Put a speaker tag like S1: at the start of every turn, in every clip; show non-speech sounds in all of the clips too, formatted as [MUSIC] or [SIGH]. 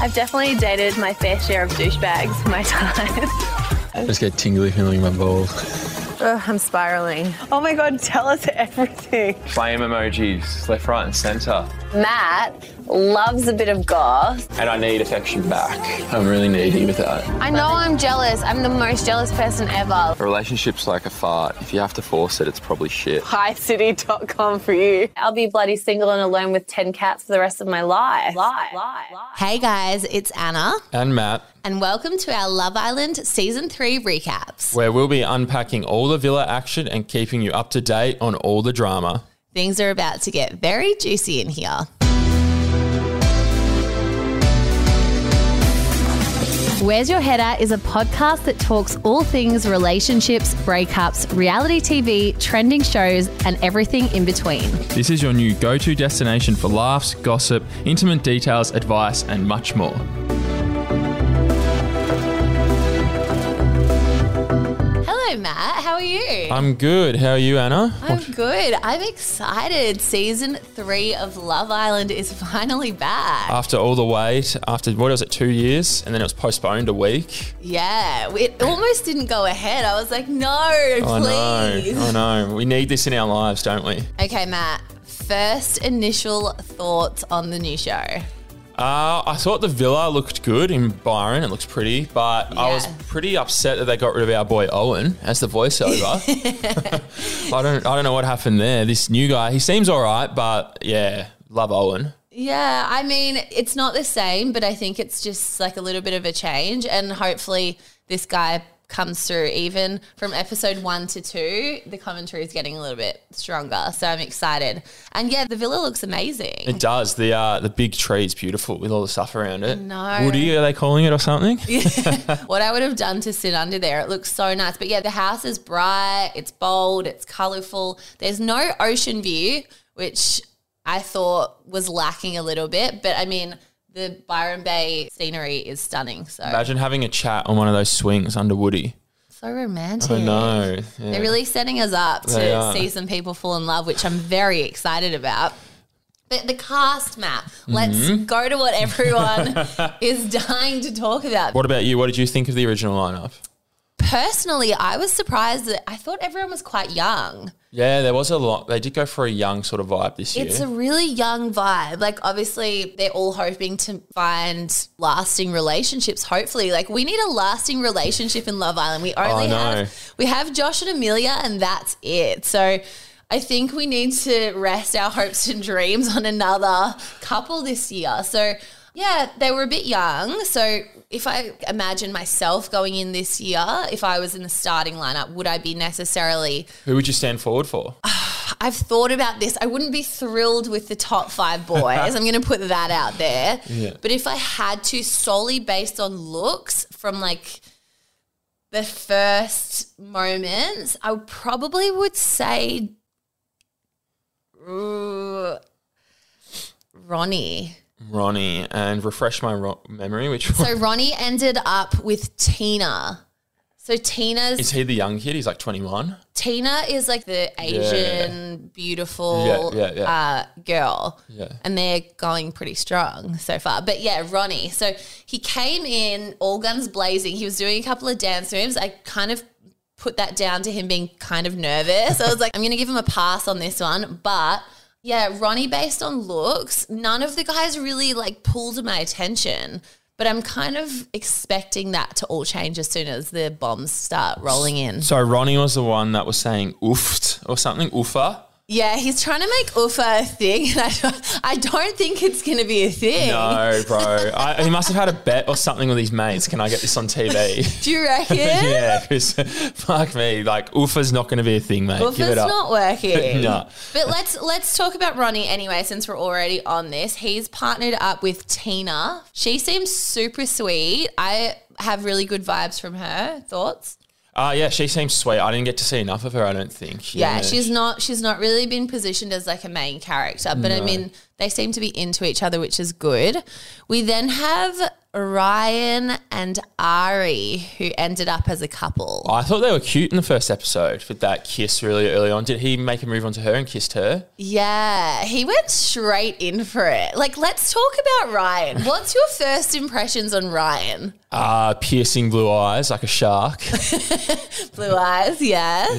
S1: I've definitely dated my fair share of douchebags in my [LAUGHS] time.
S2: I just get tingly feeling in my balls.
S1: Ugh, I'm spiraling.
S3: Oh my god, tell us everything.
S4: Flame emojis, left, right, and centre.
S5: Matt loves a bit of goth.
S4: And I need affection back. I'm really needy with that.
S5: I know I'm jealous. I'm the most jealous person ever.
S4: A relationship's like a fart. If you have to force it, it's probably shit.
S3: Highcity.com for you.
S5: I'll be bloody single and alone with 10 cats for the rest of my life. Life. Life.
S6: Hey guys, it's Anna,
S7: And Matt,
S6: and welcome to our Love Island Season 3 recaps.
S7: where we'll be unpacking all the villa action and keeping you up to date on all the drama.
S6: Things are about to get very juicy in here.
S8: Where's Your Head At is a podcast that talks all things relationships, breakups, reality TV, trending shows, and everything in between.
S7: This is your new go to destination for laughs, gossip, intimate details, advice, and much more.
S6: Hello, Matt. How are you?
S7: I'm good. How are you, Anna?
S6: I'm good. I'm excited. Season three of Love Island is finally back.
S7: After all the wait, after what was it, two years? And then it was postponed a week.
S6: yeah, it almost didn't go ahead. I was like, no,
S7: I
S6: please.
S7: know. I know. We need this in our lives, don't we?
S6: Okay, Matt. First initial thoughts on the new show.
S7: Uh, I thought the villa looked good in Byron. It looks pretty, but I was
S6: Yeah.
S7: pretty upset that they got rid of our boy Owen as
S6: [LAUGHS]
S7: the voiceover. [LAUGHS] I don't, I don't know what happened there. This new guy, he seems all right, but yeah, love Owen.
S6: Yeah, I mean, it's not the same, but I think it's just like a little bit of a change. And hopefully, this guy comes through even from episode one to two. The commentary is getting a little bit stronger. So I'm excited. And yeah, the villa looks amazing.
S7: It does. The uh, the big tree is beautiful with all the stuff around it.
S6: No.
S7: Woody, are they calling it
S6: [LAUGHS]
S7: or something?
S6: what I would have done to sit under there. It looks so nice. But yeah, the house is bright, it's bold, it's colorful. There's no ocean view, which I thought was lacking a little bit. But I mean, the Byron Bay scenery is stunning. So,
S7: Imagine having a chat on one of those swings under Woody.
S6: so romantic.
S7: I know. Yeah.
S6: They're really setting us up
S7: They
S6: to
S7: are.
S6: see some people fall in love, which I'm very excited about. But the cast map, let's
S7: Mm-hmm.
S6: go to what everyone
S7: [LAUGHS]
S6: is dying to talk about.
S7: What about you? What did you think of the original lineup?
S6: Personally, I was surprised that I thought everyone was quite young.
S7: Yeah, there was a lot. They did go for a young sort of vibe this year.
S6: It's a really young vibe. Like, obviously, they're all hoping to find lasting relationships. Hopefully, like we need a lasting relationship in Love Island. We only
S7: no.
S6: have we have Josh and Amelia, and that's it. So. I think we need to rest our hopes and dreams on another couple this year. So, yeah, they were a bit young. So, if I imagine myself going in this year, if I was in the starting lineup, would I be necessarily
S7: Who would you stand forward for?
S6: I've thought about this. I wouldn't be thrilled with the top five boys. I'm going to put that out there. But if I had to, solely based on looks from like the first moments, I probably would say Ooh, Ronnie.
S7: Ronnie and refresh my ro- memory. Which one? [LAUGHS]
S6: So Ronnie ended up with Tina. So Tina's
S7: is he the young kid? He's like twenty one.
S6: Tina is like the Asian beautiful
S7: Yeah, yeah, yeah.
S6: Uh, girl.
S7: Yeah.
S6: And they're going pretty strong so far. But yeah, Ronnie. So he came in all guns blazing. He was doing a couple of dance moves. I kind of put that down to him being kind of nervous. I was like, I'm going to give him a pass on this one. But yeah, Ronnie, based on looks, none of the guys really like pulled my attention. But I'm kind of expecting that to all change as soon as the bombs start rolling in.
S7: So Ronnie was the one that was saying oofed or something. Oofa.
S6: Yeah, he's trying to make Ufa a thing, and I don't, I don't think it's going to be a thing.
S7: No, bro. I, he must have had a bet or something with his mates. Can I get this
S6: [LAUGHS]
S7: on TV?
S6: Do you reckon?
S7: [LAUGHS] yeah, 'cause fuck me. Like oofa's not going to be a thing, mate.
S6: Ufa's
S7: Give it up.
S6: not working.
S7: [LAUGHS] No.
S6: But let's let's talk about Ronnie anyway, since we're already on this. He's partnered up with Tina. She seems super sweet. I have really good vibes from her. Thoughts?
S7: Ah, yeah, she seems sweet. I didn't get to see enough of her. I don't think.
S6: yeah, she's not she's not really been positioned as like a main character but i mean They seem to be into each other, which is good. We then have Ryan and Ari, who ended up as a couple.
S7: I thought they were cute in the first episode with that kiss really early on. Did he make a move onto her and kissed her?
S6: Yeah, he went straight in for it. Like, let's talk about Ryan. What's your first impressions on Ryan?
S7: Uh, piercing blue eyes like a
S6: [LAUGHS]
S7: shark.
S6: Blue eyes, yes.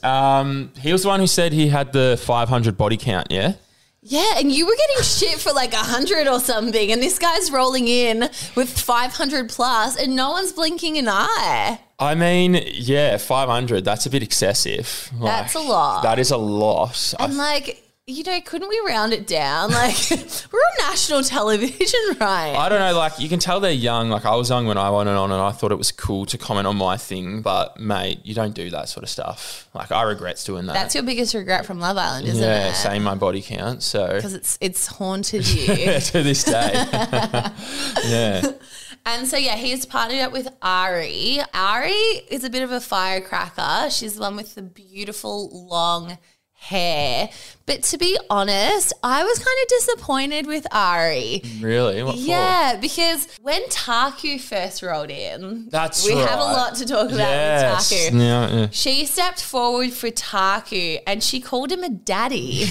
S7: yes. Um, he was the one who said he had the 500 body count, yeah?
S6: Yeah, and you were getting shit for like a hundred or something, and this guy's rolling in with five hundred plus, and no one's blinking an eye.
S7: I mean, yeah, 500, that's a bit excessive.
S6: That's a lot.
S7: That is a lot. I
S6: And like, you know, couldn't we round it down? [LAUGHS] Like, we're on national television, [LAUGHS] right?
S7: I don't know, like you can tell they're young. Like I was young when I went on and I thought it was cool to comment on my thing, but mate, you don't do that sort of stuff. Like I regrets doing that.
S6: That's your biggest regret from Love Island, isn't
S7: yeah,
S6: it?
S7: saying my body count. So
S6: Because it's it's haunted
S7: [LAUGHS]
S6: you.
S7: to
S6: [LAUGHS]
S7: this day. yeah.
S6: And so yeah, he's partnered up with Ari. Ari is a bit of a firecracker. She's the one with the beautiful long hair. But to be honest, I was kind of disappointed with Ari.
S7: Really? What for?
S6: Yeah, because when Taku first rolled in,
S7: That's
S6: we have a
S7: right.
S6: lot to talk about
S7: Yes.
S6: with Taku.
S7: Yeah, yeah.
S6: She stepped forward for Taku and she called him a
S7: [LAUGHS]
S6: daddy.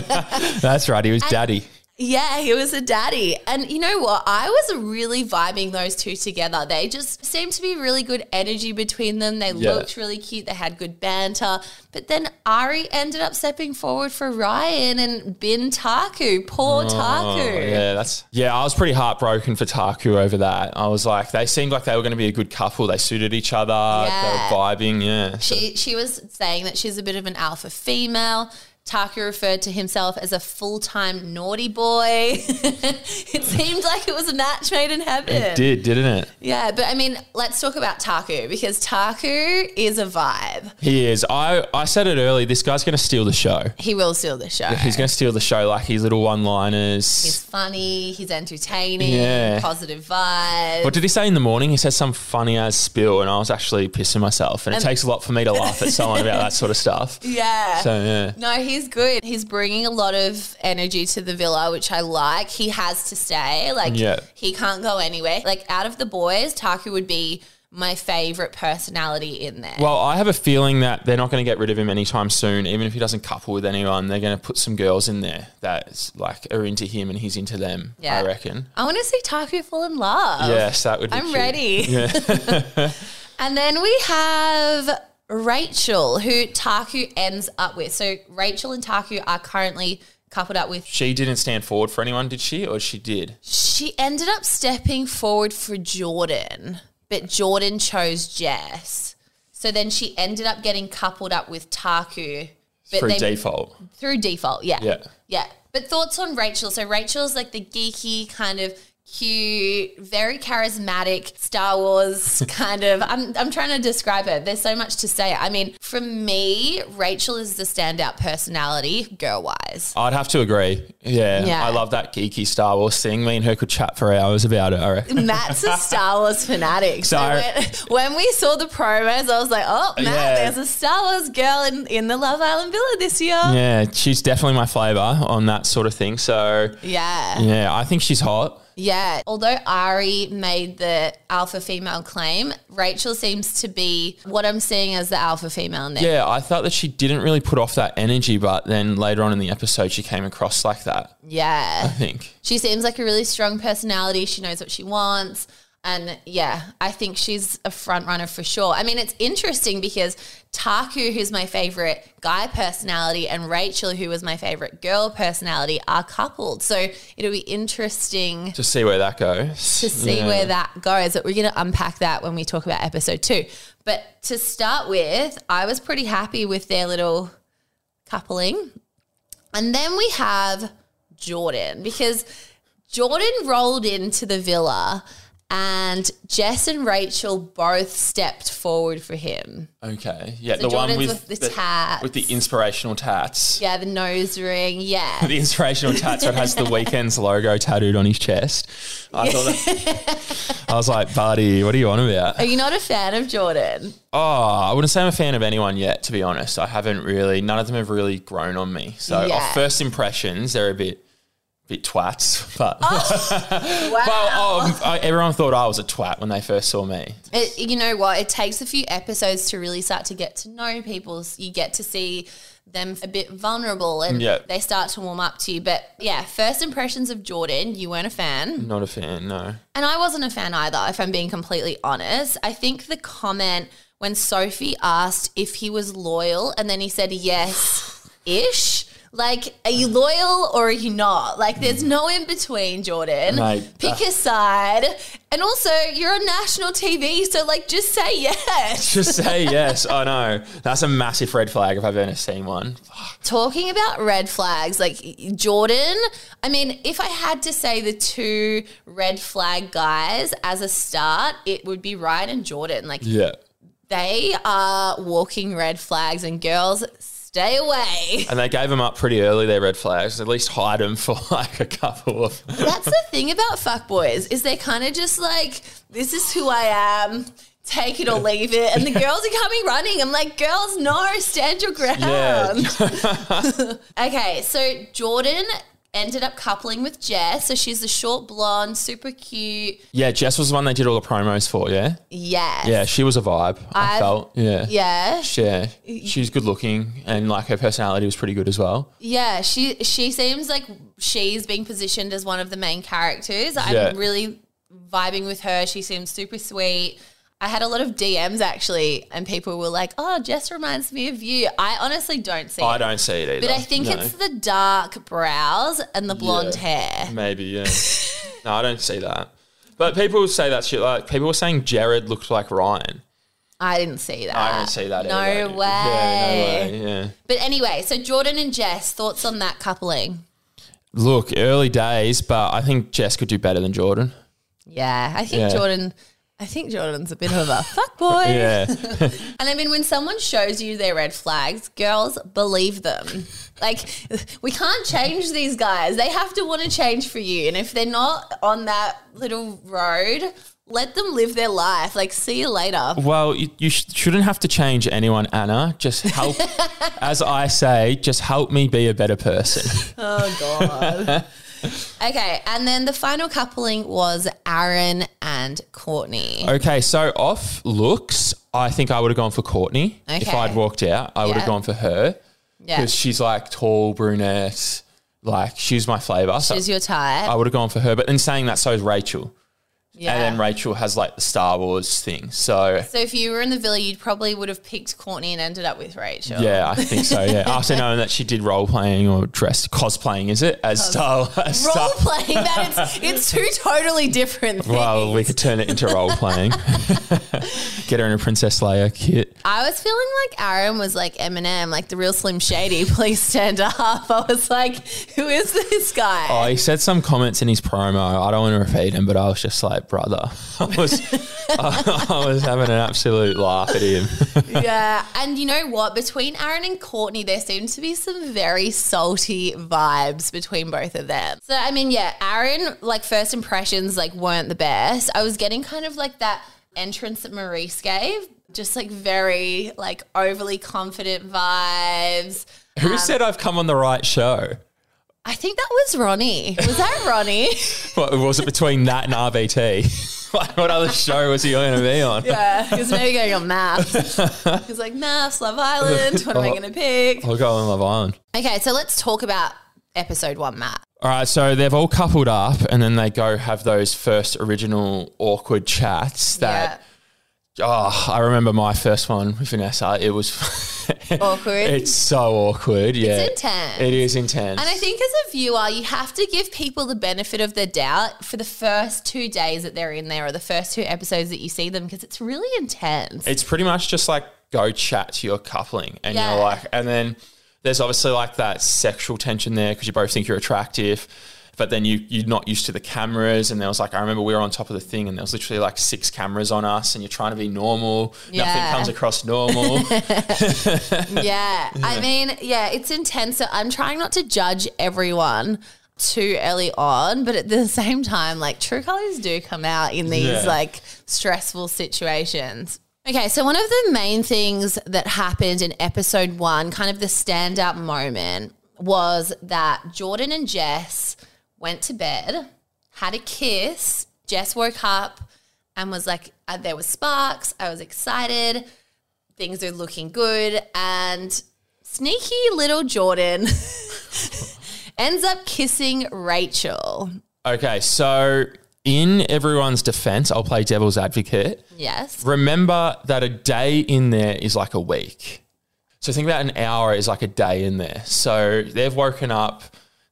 S7: That's right. He was daddy.
S6: Yeah, he was a daddy. And you know what? I was really vibing those two together. They just seemed to be really good energy between them. They
S7: Yeah.
S6: looked really cute. They had good banter. But then Ari ended up stepping forward for Ryan and Bin Taku. Poor Taku.
S7: Oh, Yeah, that's yeah. I was pretty heartbroken for Taku over that. I was like, they seemed like they were going to be a good couple. They suited each other.
S6: Yeah.
S7: They were vibing. Yeah.
S6: She, she was saying that she's a bit of an alpha female. Taku referred to himself as a full time naughty boy. [LAUGHS] it seemed like it was a match made in heaven.
S7: it did, didn't it?
S6: Yeah, but I mean, let's talk about Taku because Taku is a vibe.
S7: He is. I, I said it early. This guy's going to steal the show.
S6: He will steal the show.
S7: He's going to steal the show. Like his little
S6: He's
S7: one-liners.
S6: funny, he's entertaining,
S7: Yeah.
S6: positive vibe.
S7: What did he say in the morning? He said some funny ass spill, and I was actually pissing myself. And it takes a lot for me to laugh at someone about that sort
S6: [LAUGHS]
S7: of stuff.
S6: yeah.
S7: [LAUGHS] So yeah.
S6: no, he's good. He's bringing a lot of energy to the villa, which I like. He has to stay. Like,
S7: Yeah.
S6: he can't go anywhere. Like, out of the boys, Taku would be my favorite personality in there.
S7: Well, I have a feeling that they're not going to get rid of him anytime soon. Even if he doesn't couple with anyone, they're going to put some girls in there that like are into him and he's into them.
S6: Yeah.
S7: I reckon.
S6: I want to see Taku fall in love.
S7: Yes, that would. Be
S6: I'm
S7: cute. [LAUGHS]
S6: ready. [LAUGHS] and then we have Rachel, who Taku ends up with. So Rachel and Taku are currently coupled up with.
S7: She didn't stand forward for anyone, did she? Or she did?
S6: She ended up stepping forward for Jordan, but Jordan chose Jess. So then she ended up getting coupled up with Taku. But
S7: Through
S6: then-
S7: default.
S6: through default, yeah.
S7: Yeah.
S6: Yeah. But thoughts on Rachel. So Rachel's like the geeky kind of cute, very charismatic Star
S7: [LAUGHS]
S6: Wars kind of I'm I'm trying to describe her. There's so much to say. I mean, for me, Rachel is the standout personality girl wise.
S7: I'd have to agree. Yeah.
S6: Yeah.
S7: I love that geeky Star Wars thing. Me and her could chat for hours about it, I reckon.
S6: Matt's a Star Wars fanatic. So
S7: Sorry.
S6: when, when we saw the promos, I was like, oh, Matt,
S7: Yeah.
S6: there's a Star Wars girl in, in the Love Island Villa this year. Yeah.
S7: Yeah, she's definitely my flavour on that sort of thing. So,
S6: yeah.
S7: yeah, I think she's hot.
S6: Yeah. Although Ari made the alpha female claim, Rachel seems to be what I'm seeing as the alpha female now.
S7: Yeah, I thought that she didn't really put off that energy, but then later on in the episode, she came across like that, I
S6: Yeah.
S7: think.
S6: She seems like a really strong personality. She knows what she wants. And yeah, I think she's a front runner for sure. I mean, it's interesting because Taku, who's my favorite guy personality, and Rachel, who was my favorite girl personality, are coupled. So it'll be interesting
S7: To see where that goes.
S6: to see
S7: Yeah.
S6: where that goes. But we're going to unpack that when we talk about episode two. But to start with, I was pretty happy with their little coupling. And then we have Jordan because Jordan rolled into the villa and Jess and Rachel both stepped forward for him.
S7: Okay. Yeah,
S6: So
S7: the one
S6: Jordan's
S7: with,
S6: with the tats.
S7: With the inspirational tats.
S6: Yeah, the nose ring. Yeah.
S7: [LAUGHS] The inspirational tats
S6: [LAUGHS]
S7: that has the weekend's logo tattooed on his chest. I thought that, I was like, buddy, what are you on about?
S6: Are you not a fan of Jordan?
S7: Oh, I wouldn't say I'm a fan of anyone yet, to be honest. I haven't really, none of them have really grown on me. So,
S6: Yeah.
S7: off first impressions, they're a bit bit twats, [LAUGHS] but
S6: Oh,
S7: well, um, I, everyone thought I was a twat when they first saw me.
S6: It, you know what? It takes a few episodes to really start to get to know people. You get to see them a bit vulnerable and
S7: Yeah.
S6: they start to warm up to you. But yeah, first impressions of Jordan, you weren't a fan.
S7: Not a fan, no. [LAUGHS]
S6: And I wasn't a fan either, if I'm being completely honest. I think the comment when Sophie asked if he was loyal and then he said yes [SIGHS] ish. Like, are you loyal or are you not? Like, there's no in between, Jordan.
S7: Mate,
S6: Pick a side. And also, you're on national TV, so like, just say yes.
S7: Just say yes. I know that's a massive red flag if I've ever seen one.
S6: Talking about red flags, like Jordan, I mean, if I had to say the two red flag guys as a start, it would be Ryan and Jordan. Like,
S7: Yeah,
S6: They are walking red flags, and girls, stay away.
S7: [LAUGHS] and they gave them up pretty early. Their red flags. At least hide them for [LAUGHS] like a
S6: [LAUGHS]
S7: couple of.
S6: That's the thing about fuckboys is they're kind of just like, this is who I am. Take it or leave it. And the girls are coming running. I'm like, girls, no, stand your ground. [LAUGHS] okay, so Jordan ended up coupling with Jess. So she's the short blonde, super cute.
S7: Yeah, Jess was the one they did all the promos for. Yeah,
S6: Yes.
S7: yeah, she was a vibe. i
S6: I've-
S7: felt. Yeah,
S6: Yeah.
S7: yeah. She's good looking, and like her personality was pretty good as well.
S6: Yeah, she she seems like she's being positioned as one of the main characters.
S7: Yeah.
S6: I'm really vibing with her. She seems super sweet. I had a lot of DMs actually, and people were like, "Oh, Jess reminds me of you." I honestly don't see.
S7: I
S6: it.
S7: don't see it either.
S6: But I think
S7: No.
S6: it's the dark brows and the blonde hair.
S7: Maybe, yeah. no, I don't see that. But people say that shit. Like people were saying Jared looked like Ryan.
S6: I didn't see that.
S7: I don't see that.
S6: No
S7: either.
S6: way.
S7: [LAUGHS] Yeah, no way. Yeah.
S6: But anyway, so Jordan and Jess, thoughts on that coupling?
S7: Look, early days, but I think Jess could do better than Jordan.
S6: Yeah, I think
S7: Yeah.
S6: Jordan. I think Jordan's a bit of a [LAUGHS] fuckboy. [LAUGHS]
S7: Yeah,
S6: And I mean, when someone shows you their red flags, girls believe them. Like, we can't change these guys. They have to want to change for you. And if they're not on that little road, let them live their life. Like, see you later.
S7: Well, you, you sh- shouldn't have to change anyone, Anna.
S6: [LAUGHS]
S7: Just help, as I say, just help me be a better person.
S6: [LAUGHS]
S7: [LAUGHS]
S6: Okay. And then the final coupling was Aaron and Courtney.
S7: Okay, so off looks, I think I would have gone for Courtney. If
S6: Okay.
S7: I'd walked out, I would have
S6: Yeah.
S7: gone for her
S6: Yeah.
S7: because she's like tall, brunette, like she's my flavour. So
S6: She's your type.
S7: I would have gone for her. But in saying that, so is Rachel.
S6: yeah.
S7: And then Rachel has like the Star Wars thing. So
S6: so if you were in the villa, you probably would have picked Courtney and ended up with Rachel.
S7: Yeah, I think so.
S6: [LAUGHS]
S7: Yeah, after knowing that she did role playing or dress cosplaying, is it as Star? As
S6: Role
S7: Star-
S6: playing that it's, it's two totally different things.
S7: Well, we could turn it into role playing. [LAUGHS] Get her in a Princess Leia kit.
S6: I was feeling like Aaron was like Eminem, like the real Slim Shady. [LAUGHS] Please stand up. I was like, who is this guy?
S7: Oh, he said some comments in his promo. I don't want to repeat him, but I was just like, brother, [LAUGHS] I was, I, I was having an absolute laugh at him.
S6: Yeah. And you know what? Between Aaron and Courtney, there seems to be some very salty vibes between both of them. So, I mean, yeah, Aaron, like, first impressions, like, weren't the best. I was getting kind of like that entrance that Maurice gave, just like very, like, overly confident vibes.
S7: Who
S6: Um,
S7: said I've come on the right show?
S6: I think that was Ronnie. Was that Ronnie?
S7: What, was it between that and RBT? [LAUGHS] Like, what other show was he going to be on?
S6: Yeah, he was maybe going on maths. He's like, maths, Love Island, what am I going to pick?
S7: I'll go on Love Island.
S6: Okay, so let's talk about episode one, Matt.
S7: All right, so they've all coupled up and then they go have those first original awkward chats that oh, I remember my first one with Vanessa. It was [LAUGHS]
S6: Awkward.
S7: It's so awkward. Yeah.
S6: intense.
S7: It is intense.
S6: And I think as a viewer, you have to give people the benefit of the doubt for the first two days that they're in there or the first two episodes that you see them because it's really intense.
S7: it's pretty much just like go chat to your coupling and
S6: Yeah.
S7: you're like and then there's obviously like that sexual tension there because you both think you're attractive but then you you're not used to the cameras and there was like I remember we were on top of the thing and there was literally like six cameras on us and you're trying to be normal nothing
S6: Yeah.
S7: comes across
S6: [LAUGHS]
S7: normal
S6: yeah. I mean, yeah, it's intense. So I'm trying not to judge everyone too early on, but at the [LAUGHS] same time, like true colors do come out in these
S7: Yeah.
S6: like stressful situations. Okay, so one of the main things that happened in episode one, kind of the standout moment, was that Jordan and Jess went to bed, had a kiss. Jess woke up and was like, uh, there were sparks. I was excited. Things are looking good. And sneaky little Jordan [LAUGHS] ends up kissing Rachel.
S7: Okay, so in everyone's defense, I'll play devil's advocate.
S6: Yes.
S7: Remember that a day in there is like a week. So think about an hour is like a day in there. So they've woken up,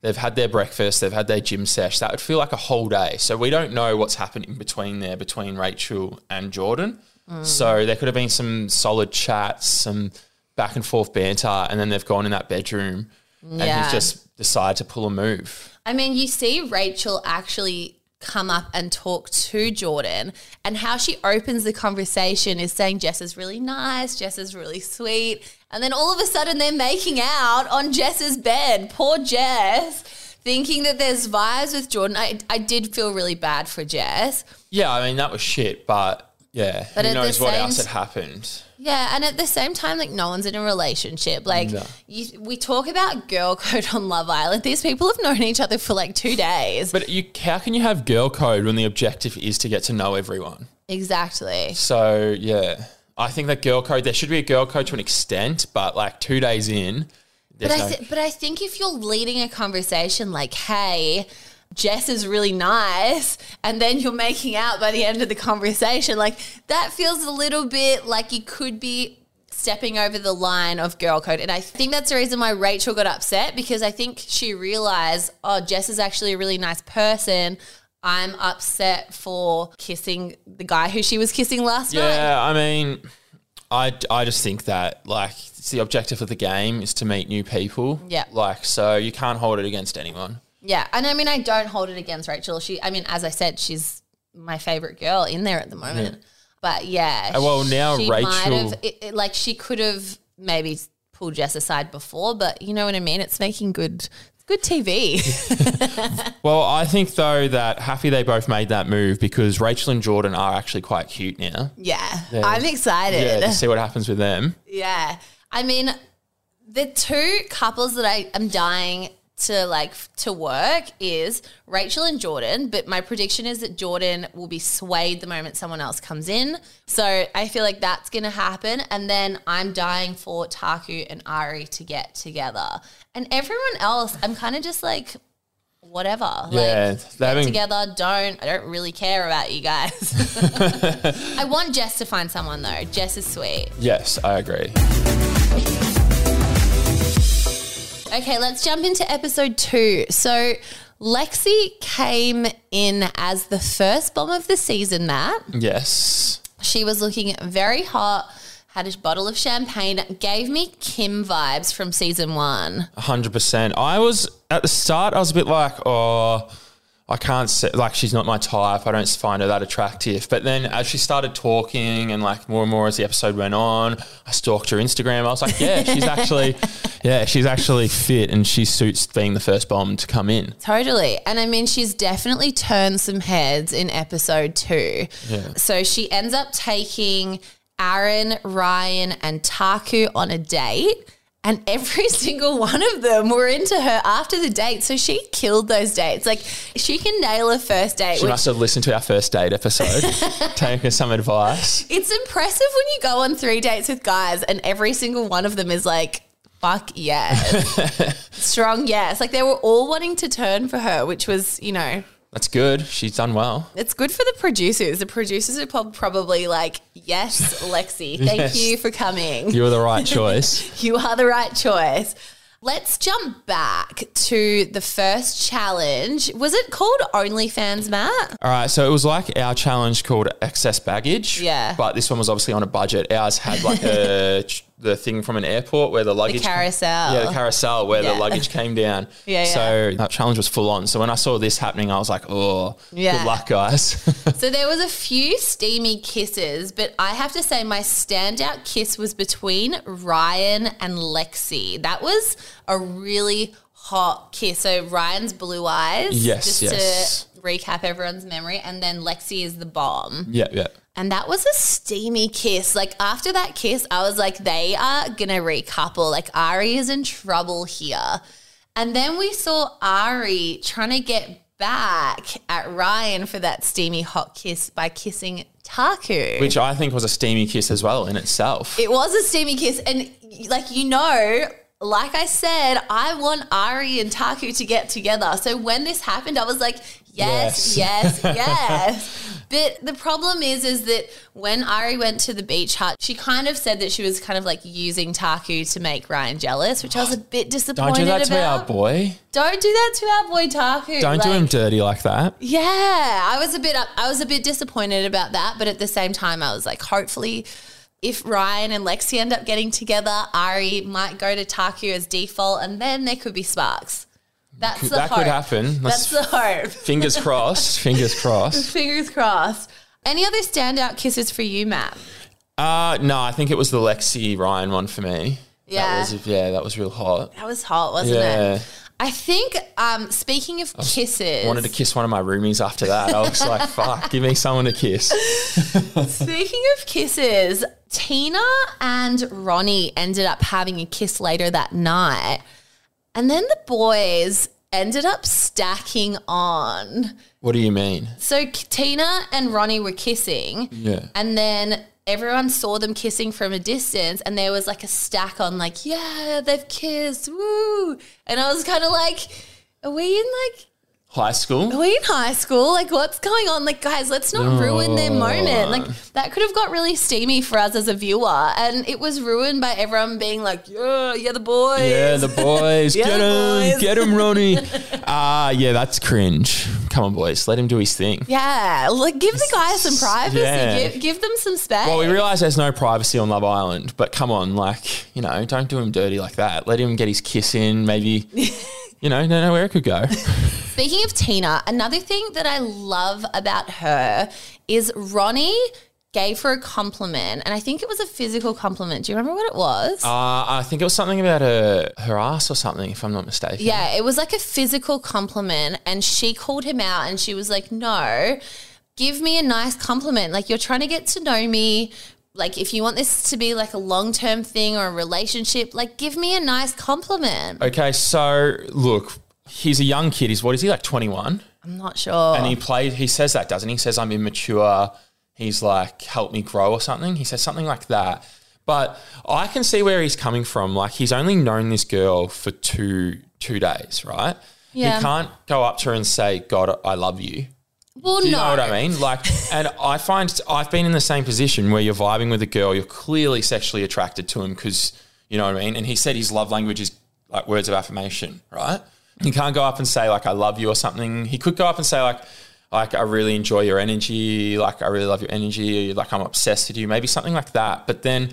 S7: they've had their breakfast, they've had their gym sesh. That would feel like a whole day. So we don't know what's happening between there, between Rachel and Jordan. So there could have been some solid chats, some back and forth banter, and then they've gone in that bedroom and
S6: Yeah.
S7: he's just decided to pull a move.
S6: I mean, you see Rachel actually come up and talk to Jordan, and how she opens the conversation is saying Jess is really nice, Jess is really sweet. And then all of a sudden, they're making out on Jess's bed. Poor Jess, thinking that there's vibes with Jordan. I, I did feel really bad for Jess.
S7: Yeah, I mean that was shit, but yeah,
S6: But
S7: who
S6: at the
S7: knows what
S6: same
S7: else
S6: s-
S7: had happened?
S6: Yeah, and at the same time, like no one's in a relationship. Like you, we talk about girl [LAUGHS] code on Love Island. These people have known each other for like two days.
S7: But you, how can you have girl code when the objective is to get to know everyone?
S6: exactly.
S7: So yeah, I think that girl code there should be a girl code to an extent, but like two days in,
S6: But
S7: there's
S6: I,
S7: no,
S6: th- but I think if you're leading a conversation like, hey, Jess is really nice, and then you're making out by the end of the conversation, like that feels a little bit like you could be stepping over the line of girl code. And I think that's the reason why Rachel got upset because I think she realized, oh, Jess is actually a really nice person. I'm upset for kissing the guy who she was kissing last night.
S7: yeah. I mean, I I just think that like it's the objective of the game is to meet new people.
S6: Yeah.
S7: like so you can't hold it against anyone.
S6: Yeah, and I mean, I don't hold it against Rachel. She, I mean, as I said, she's my favorite girl in there at the moment. But yeah,
S7: Uh, well, now
S6: might
S7: Rachel-
S6: have, it, it- like she could have maybe pulled Jess aside before, but you know what I mean. It's making good, it's good TV.
S7: Well, I think though that happy they both made that move because Rachel and Jordan are actually quite cute now.
S6: [LAUGHS] yeah, I'm excited.
S7: Yeah, to see what happens with them.
S6: Yeah. I mean, the two couples that I am dying to like f- to work is Rachel and Jordan, but my prediction is that Jordan will be swayed the moment someone else comes in. So I feel like that's going to happen and then I'm dying for Taku and Ari to get together. And everyone else, I'm kind of just like whatever.
S7: yeah,
S6: Like
S7: they haven't-
S6: together, don't I don't really care about you guys. [LAUGHS] I want Jess to find someone though. Jess is sweet.
S7: Yes, I agree.
S6: Okay, let's jump into episode two. So, Lexi came in as the first bomb of the season, Matt.
S7: Yes.
S6: She was looking very hot, had a bottle of champagne, gave me Kim vibes from season one.
S7: 100%. I was at the start I was a bit like, "Oh, I can't say, like she's not my type. I don't find her that attractive." But then as she started talking and like more and more as the episode went on, I stalked her Instagram. I was like, "Yeah, she's actually yeah, she's actually fit and she suits being the first bomb to come in."
S6: Totally. And I mean, she's definitely turned some heads in episode two. So she ends up taking Aaron, Ryan, and Taku on a date. And [LAUGHS] every single one of them were into her after the date. So she killed those dates. Like she can nail a first date.
S7: She
S6: which-
S7: must have listened to our first date episode, taken some advice.
S6: it's impressive when you go on three dates with guys and every single one of them is like, fuck
S7: [LAUGHS]
S6: yes. Strong yes. Like they were all wanting to turn for her, which was, you know,
S7: That's good. She's done well.
S6: It's good for the producers. The producers are prob- probably like, yes, Lexi, thank
S7: Yes.
S6: you for coming.
S7: You were the right choice.
S6: You are the right choice. Let's jump back to the first challenge. Was it called OnlyFans, Matt?
S7: All right, so it was like our challenge called excess baggage.
S6: Yeah.
S7: But this one was obviously on a budget. Ours had
S6: [LAUGHS]
S7: like a ch- the thing from an airport where the luggage
S6: carousel.
S7: yeah, the carousel where
S6: Yeah.
S7: the luggage came down.
S6: [LAUGHS] Yeah, yeah.
S7: So that challenge was full on. So when I saw this happening, I was like, oh,
S6: Yeah.
S7: good luck, guys. [LAUGHS]
S6: So there was a few steamy kisses, but I have to say my standout kiss was between Ryan and Lexi. That was a really hot kiss. So Ryan's blue eyes.
S7: Yes,
S6: just
S7: yes.
S6: to recap everyone's memory, and then Lexi is the bomb.
S7: yeah, yeah.
S6: And that was a steamy kiss. Like after that kiss, I was like, they are gonna recouple. Like Ari is in trouble here. And then we saw Ari trying to get back at Ryan for that steamy hot kiss by kissing Taku.
S7: Which I think was a steamy kiss as well in itself.
S6: It was a steamy kiss, and like you know, like I said, I want Ari and Taku to get together. So when this happened, I was like, yes,
S7: [LAUGHS]
S6: yes, yes. but the problem is, is that when Ari went to the beach hut, she kind of said that she was kind of like using Taku to make Ryan jealous, which I was a bit disappointed
S7: Don't do that
S6: about.
S7: to our boy.
S6: Don't do that to our boy Taku.
S7: Don't do
S6: Like,
S7: him dirty like that.
S6: yeah, I was a bit up, I was a bit disappointed about that, but at the same time, I was like, hopefully, if Ryan and Lexi end up getting together, Ari might go to Taku as default, and then there could be sparks. That's the
S7: that
S6: hope.
S7: could happen.
S6: That's
S7: Let's-
S6: the hope. [LAUGHS]
S7: fingers crossed. Fingers crossed.
S6: Fingers crossed. Any other standout kisses for you, Matt?
S7: Uh, no, I think it was the Lexi Ryan one for me.
S6: Yeah.
S7: That was, yeah, that was real hot.
S6: That was hot, wasn't
S7: Yeah.
S6: it? I think. Um, speaking of kisses,
S7: Wanted to kiss one of my roomies after that. I
S6: [LAUGHS]
S7: was like, fuck, give me someone to kiss.
S6: Speaking of kisses, Tina and Ronnie ended up having a kiss later that night. And then the boys ended up stacking on.
S7: What do you mean?
S6: So K- Tina and Ronnie were kissing.
S7: Yeah.
S6: And then everyone saw them kissing from a distance. And there was like a stack on, like, yeah, they've kissed. Woo. And I was kind of like, are we in like
S7: High school?
S6: we in high school? Like, what's going on? Like, guys, let's not ruin their moment. Like, that could have got really steamy for us as a viewer, and it was ruined by everyone being like, "Yeah, yeah, the boys."
S7: Yeah, the boys. get
S6: the
S7: him.
S6: boys.
S7: Get
S6: [LAUGHS]
S7: him, Ronnie. Ah, yeah, that's cringe. Come on, boys. Let him do his thing.
S6: Yeah, like give the guys some privacy.
S7: Yeah.
S6: Give, give them some space.
S7: Well, we realise there's no privacy on Love Island, but come on, like, you know, don't do him dirty like that. Let him get his kiss
S6: [LAUGHS]
S7: in, maybe, you know, no, no, where it could go.
S6: Speaking of Tina, another thing that I love about her is Ronnie gave her a compliment, and I think it was a physical compliment. Do you remember what it was?
S7: Uh, I think it was something about her, her ass or something, if I'm not mistaken.
S6: Yeah, it was like a physical compliment. And she called him out and she was like, No, give me a nice compliment. Like, you're trying to get to know me. Like, if you want this to be like a long term thing or a relationship, like, give me a nice compliment.
S7: Okay, so look, he's a young kid. He's what is he like 21?
S6: I'm not sure.
S7: And he plays. He says that, doesn't he? He says I'm immature. He's like, help me grow or something. He says something like that. But I can see where he's coming from. Like he's only known this girl for two two days, right?
S6: Yeah.
S7: He can't go up to her and say, "God, I love you."
S6: well,
S7: Do you
S6: no.
S7: know what I mean? Like, and I find I've been in the same position where you're vibing with a girl, you're clearly sexually attracted to him because you know what I mean. And he said his love language is like words of affirmation, right? He can't go up and say like I love you or something. He could go up and say like like I really enjoy your energy, like I really love your energy, like I'm obsessed with you, maybe something like that. But then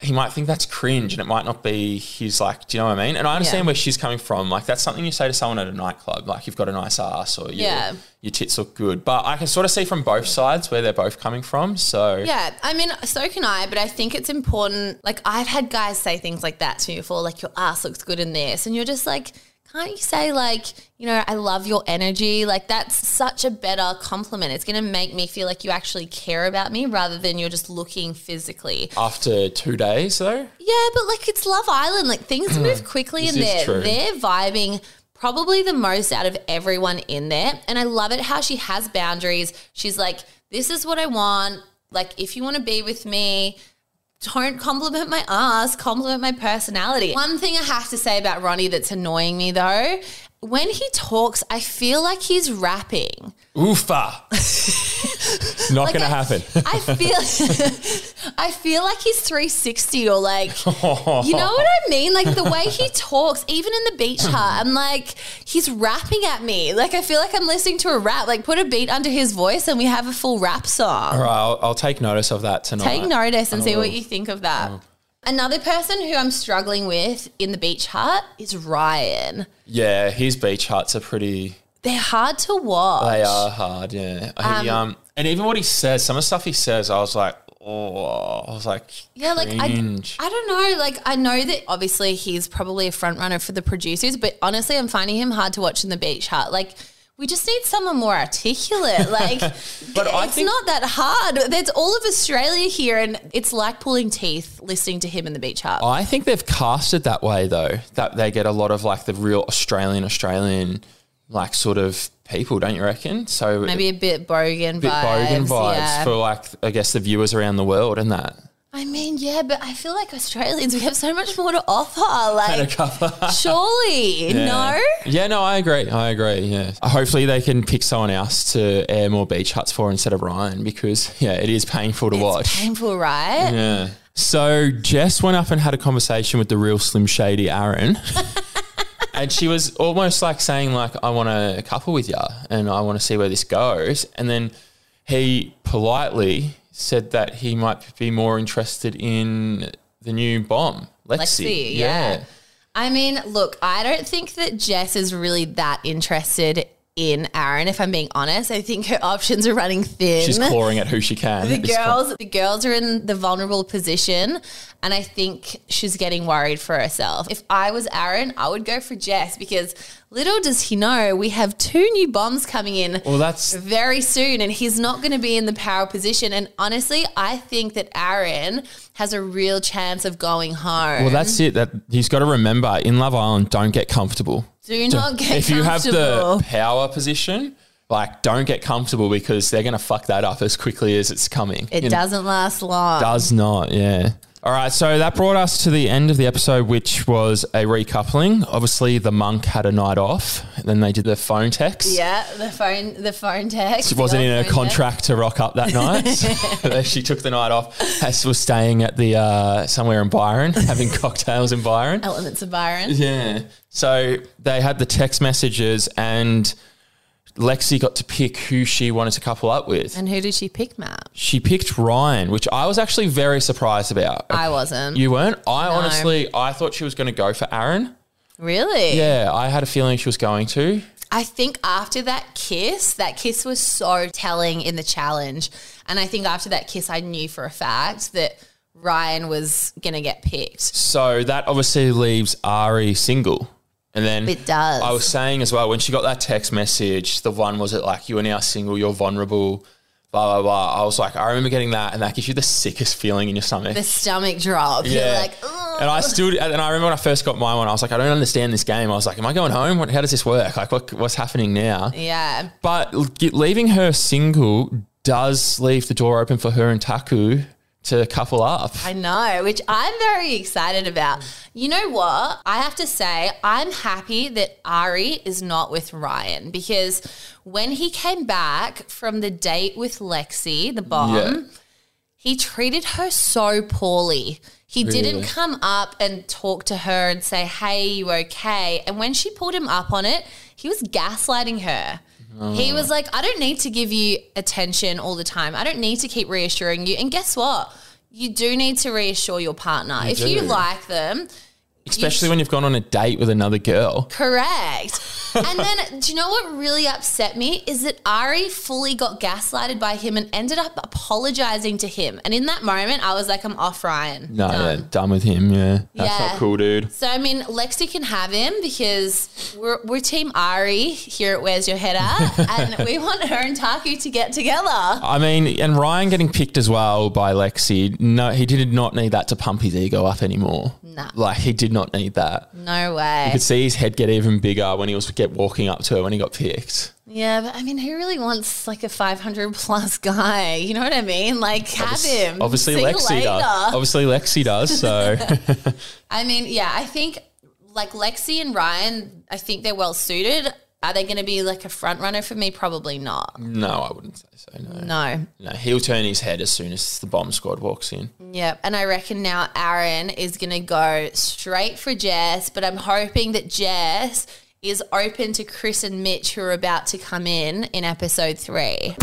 S7: he might think that's cringe and it might not be his like, do you know what I mean? And I understand where she's coming from. Like that's something you say to someone at a nightclub, like you've got a nice ass or your-
S6: Yeah.
S7: your tits look good. But I can sort of see from both sides where they're both coming from. So
S6: Yeah, I mean, so can I, but I think it's important. Like, I've had guys say things like that to me before, like, your ass looks good in this. And you're just like, can't you say, like, you know, I love your energy? Like, that's such a better compliment. It's going to make me feel like you actually care about me rather than you're just looking physically.
S7: after two days though,
S6: Yeah, but like, it's Love Island. Like, things move quickly in
S7: Hmm. This is
S6: there.
S7: true.
S6: They're vibing. Probably the most out of everyone in there. And I love it how she has boundaries. She's like, this is what I want. Like, if you want to be with me, don't compliment my ass, compliment my personality. One thing I have to say about Ronnie that's annoying me though, when he talks, I feel like he's rapping. [LAUGHS]
S7: oofa, not gonna
S6: I-
S7: happen.
S6: I feel [LAUGHS] I feel like he's 360 or like [LAUGHS] you know what I mean? Like the way he talks, even in the beach hut, I'm like, he's rapping at me. Like I feel like I'm listening to a rap. Like put a beat under his voice and we have a full rap song.
S7: [LAUGHS] All right, I'll, I'll take notice of that tonight.
S6: Take notice and see what you think of that. Another person who I'm struggling with in the beach hut is Ryan.
S7: Yeah, his beach huts are pretty.
S6: They're hard to watch.
S7: They are hard. Yeah. he, um, and even what he says, some of the stuff he says, I was like, oh, I was like,
S6: Yeah, like I,
S7: cringe.
S6: I don't know. Like I know that obviously he's probably a front runner for the producers, but honestly, I'm finding him hard to watch in the beach hut. Like we just need someone more articulate. Like,
S7: [LAUGHS] But I
S6: it's
S7: think-
S6: not that hard. There's all of Australia here, and it's like pulling teeth listening to him in the beach hub.
S7: I think they've cast it that way though, that they get a lot of like the real Australian Australian like sort of people, don't you reckon? So
S6: Maybe a bit Bogan
S7: bit
S6: vibes.
S7: bogan vibes
S6: yeah.
S7: for like I guess the viewers around the world and that.
S6: I mean, yeah, but I feel like Australians we have so much more to
S7: [LAUGHS]
S6: offer.
S7: Had a
S6: Like,
S7: couple.
S6: surely no.
S7: [LAUGHS] Yeah, no, I agree. I agree. Yeah. Hopefully they can pick someone else to air more beach huts for instead of Ryan because yeah, it is painful to watch.
S6: It's painful, right?
S7: Yeah. So Jess went up and had a conversation with the real Slim Shady
S6: [LAUGHS]
S7: Aaron. and she was almost like saying like I want to couple with ya and I want to see where this goes and then he politely said that he might be more interested in the new bomb. Let's, see.
S6: Lexi, yeah. I mean, look, I don't think that Jess is really that interested in Aaron, if I'm being honest. I think her options are running thin. [LAUGHS]
S7: She's clawing at who she can.
S6: the
S7: at this point.
S6: girls the girls are in the vulnerable position and I think she's getting worried for herself. If I was Aaron, I would go for Jess because little does he know we have two new bombs coming in
S7: Well, that's
S6: very soon and he's not going to be in the power position and honestly, I think that Aaron has a real chance of going home.
S7: well, that's it. That he's got to remember in Love Island, don't get comfortable.
S6: Do not get
S7: if you have
S6: comfortable.
S7: the power position, like don't get comfortable because they're going to fuck that up as quickly as it's coming.
S6: It
S7: You know,
S6: doesn't last long.
S7: does not, yeah. All right, so that brought us to the end of the episode, which was a recoupling. Obviously, the monk had a night off, and then they did the phone text.
S6: Yeah, the phone, the phone text.
S7: It wasn't
S6: Your
S7: in her
S6: phone text.
S7: contract to rock up that night. [LAUGHS]
S6: [LAUGHS]
S7: So she took the night off. Hess was staying at the uh, somewhere in Byron, [LAUGHS] having cocktails in Byron.
S6: Elements of Byron.
S7: Yeah. So they had the text messages, and Lexi got to pick who she wanted to couple up with.
S6: And who did she pick, Matt?
S7: She picked Ryan, which I was actually very surprised about.
S6: I wasn't.
S7: You weren't? I honestly, I thought she was going to go for Aaron.
S6: really?
S7: Yeah, I had a feeling she was going to.
S6: I think after that kiss, that kiss was so telling in the challenge. And I think after that kiss, I knew for a fact that Ryan was going to get picked.
S7: So that obviously leaves Ari single. And then
S6: It does.
S7: I was saying as well, when she got that text message, the one was it like, you are now single, you're vulnerable, blah, blah, blah. I was like, I remember getting that, and that gives you the sickest feeling in your stomach.
S6: The stomach drop. You're
S7: Yeah.
S6: like, oh.
S7: And I still, and I remember when I first got my one, I was like, I don't understand this game. I was like, am I going home? What, how does this work? Like, what, what's happening now?
S6: yeah.
S7: But l- ge- leaving her single does leave the door open for her and Taku to couple up.
S6: I know, which I'm very excited about. You know what? I have to say, I'm happy that Ari is not with Ryan because when he came back from the date with Lexi, the bomb,
S7: Yeah.
S6: he treated her so poorly. He didn't come up and talk to her and say, Hey, you okay? And when she pulled him up on it, he was gaslighting her. He
S7: Oh.
S6: was like, I don't need to give you attention all the time. I don't need to keep reassuring you. And guess what? You do need to reassure your partner. if you
S7: do.
S6: like them,
S7: Especially when you've gone on a date with another girl. [LAUGHS]
S6: Correct. and then, do you know what really upset me is that Ari fully got gaslighted by him and ended up apologizing to him. And in that moment, I was like, I'm off Ryan.
S7: No,
S6: Done.
S7: yeah, done with him. Yeah, that's
S6: Yeah.
S7: not cool, dude.
S6: So I mean, Lexi can have him because we're, we're Team Ari here at Where's Your Head
S7: [LAUGHS]
S6: At, and we want her and Taku to get together.
S7: I mean, and Ryan getting picked as well by Lexi. No, he did not need that to pump his ego up anymore.
S6: Nah.
S7: Like, he did not need that.
S6: No
S7: You
S6: way.
S7: could see his head get even bigger when he was get walking up to her when he got picked.
S6: Yeah, but I mean, who really wants like a 500 plus guy? You know what I mean? Like, have him.
S7: Obviously,
S6: See you
S7: Lexi does.
S6: later. [LAUGHS]
S7: Obviously, Lexi does. So, [LAUGHS]
S6: I mean, yeah, I think like Lexi and Ryan, I think they're well suited. Are they going to be like a front runner for me? Probably not.
S7: no, I wouldn't say so. No.
S6: No.
S7: no, he'll turn his head as soon as the bomb squad walks in.
S6: Yep. And I reckon now Aaron is going to go straight for Jess, but I'm hoping that Jess is open to Chris and Mitch, who are about to come in in episode three.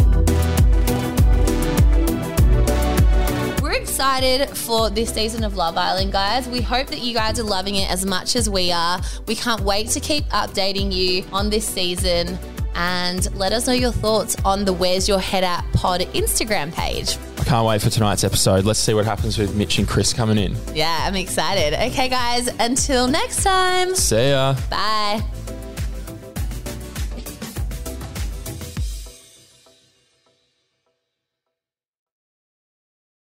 S6: We're excited for this season of Love Island, guys. We hope that you guys are loving it as much as we are. We can't wait to keep updating you on this season. And let us know your thoughts on the Where's Your Head At Pod Instagram page.
S7: I can't wait for tonight's episode. Let's see what happens with Mitch and Chris coming in.
S6: Yeah, I'm excited. Okay, guys, until next time.
S7: See ya.
S6: Bye.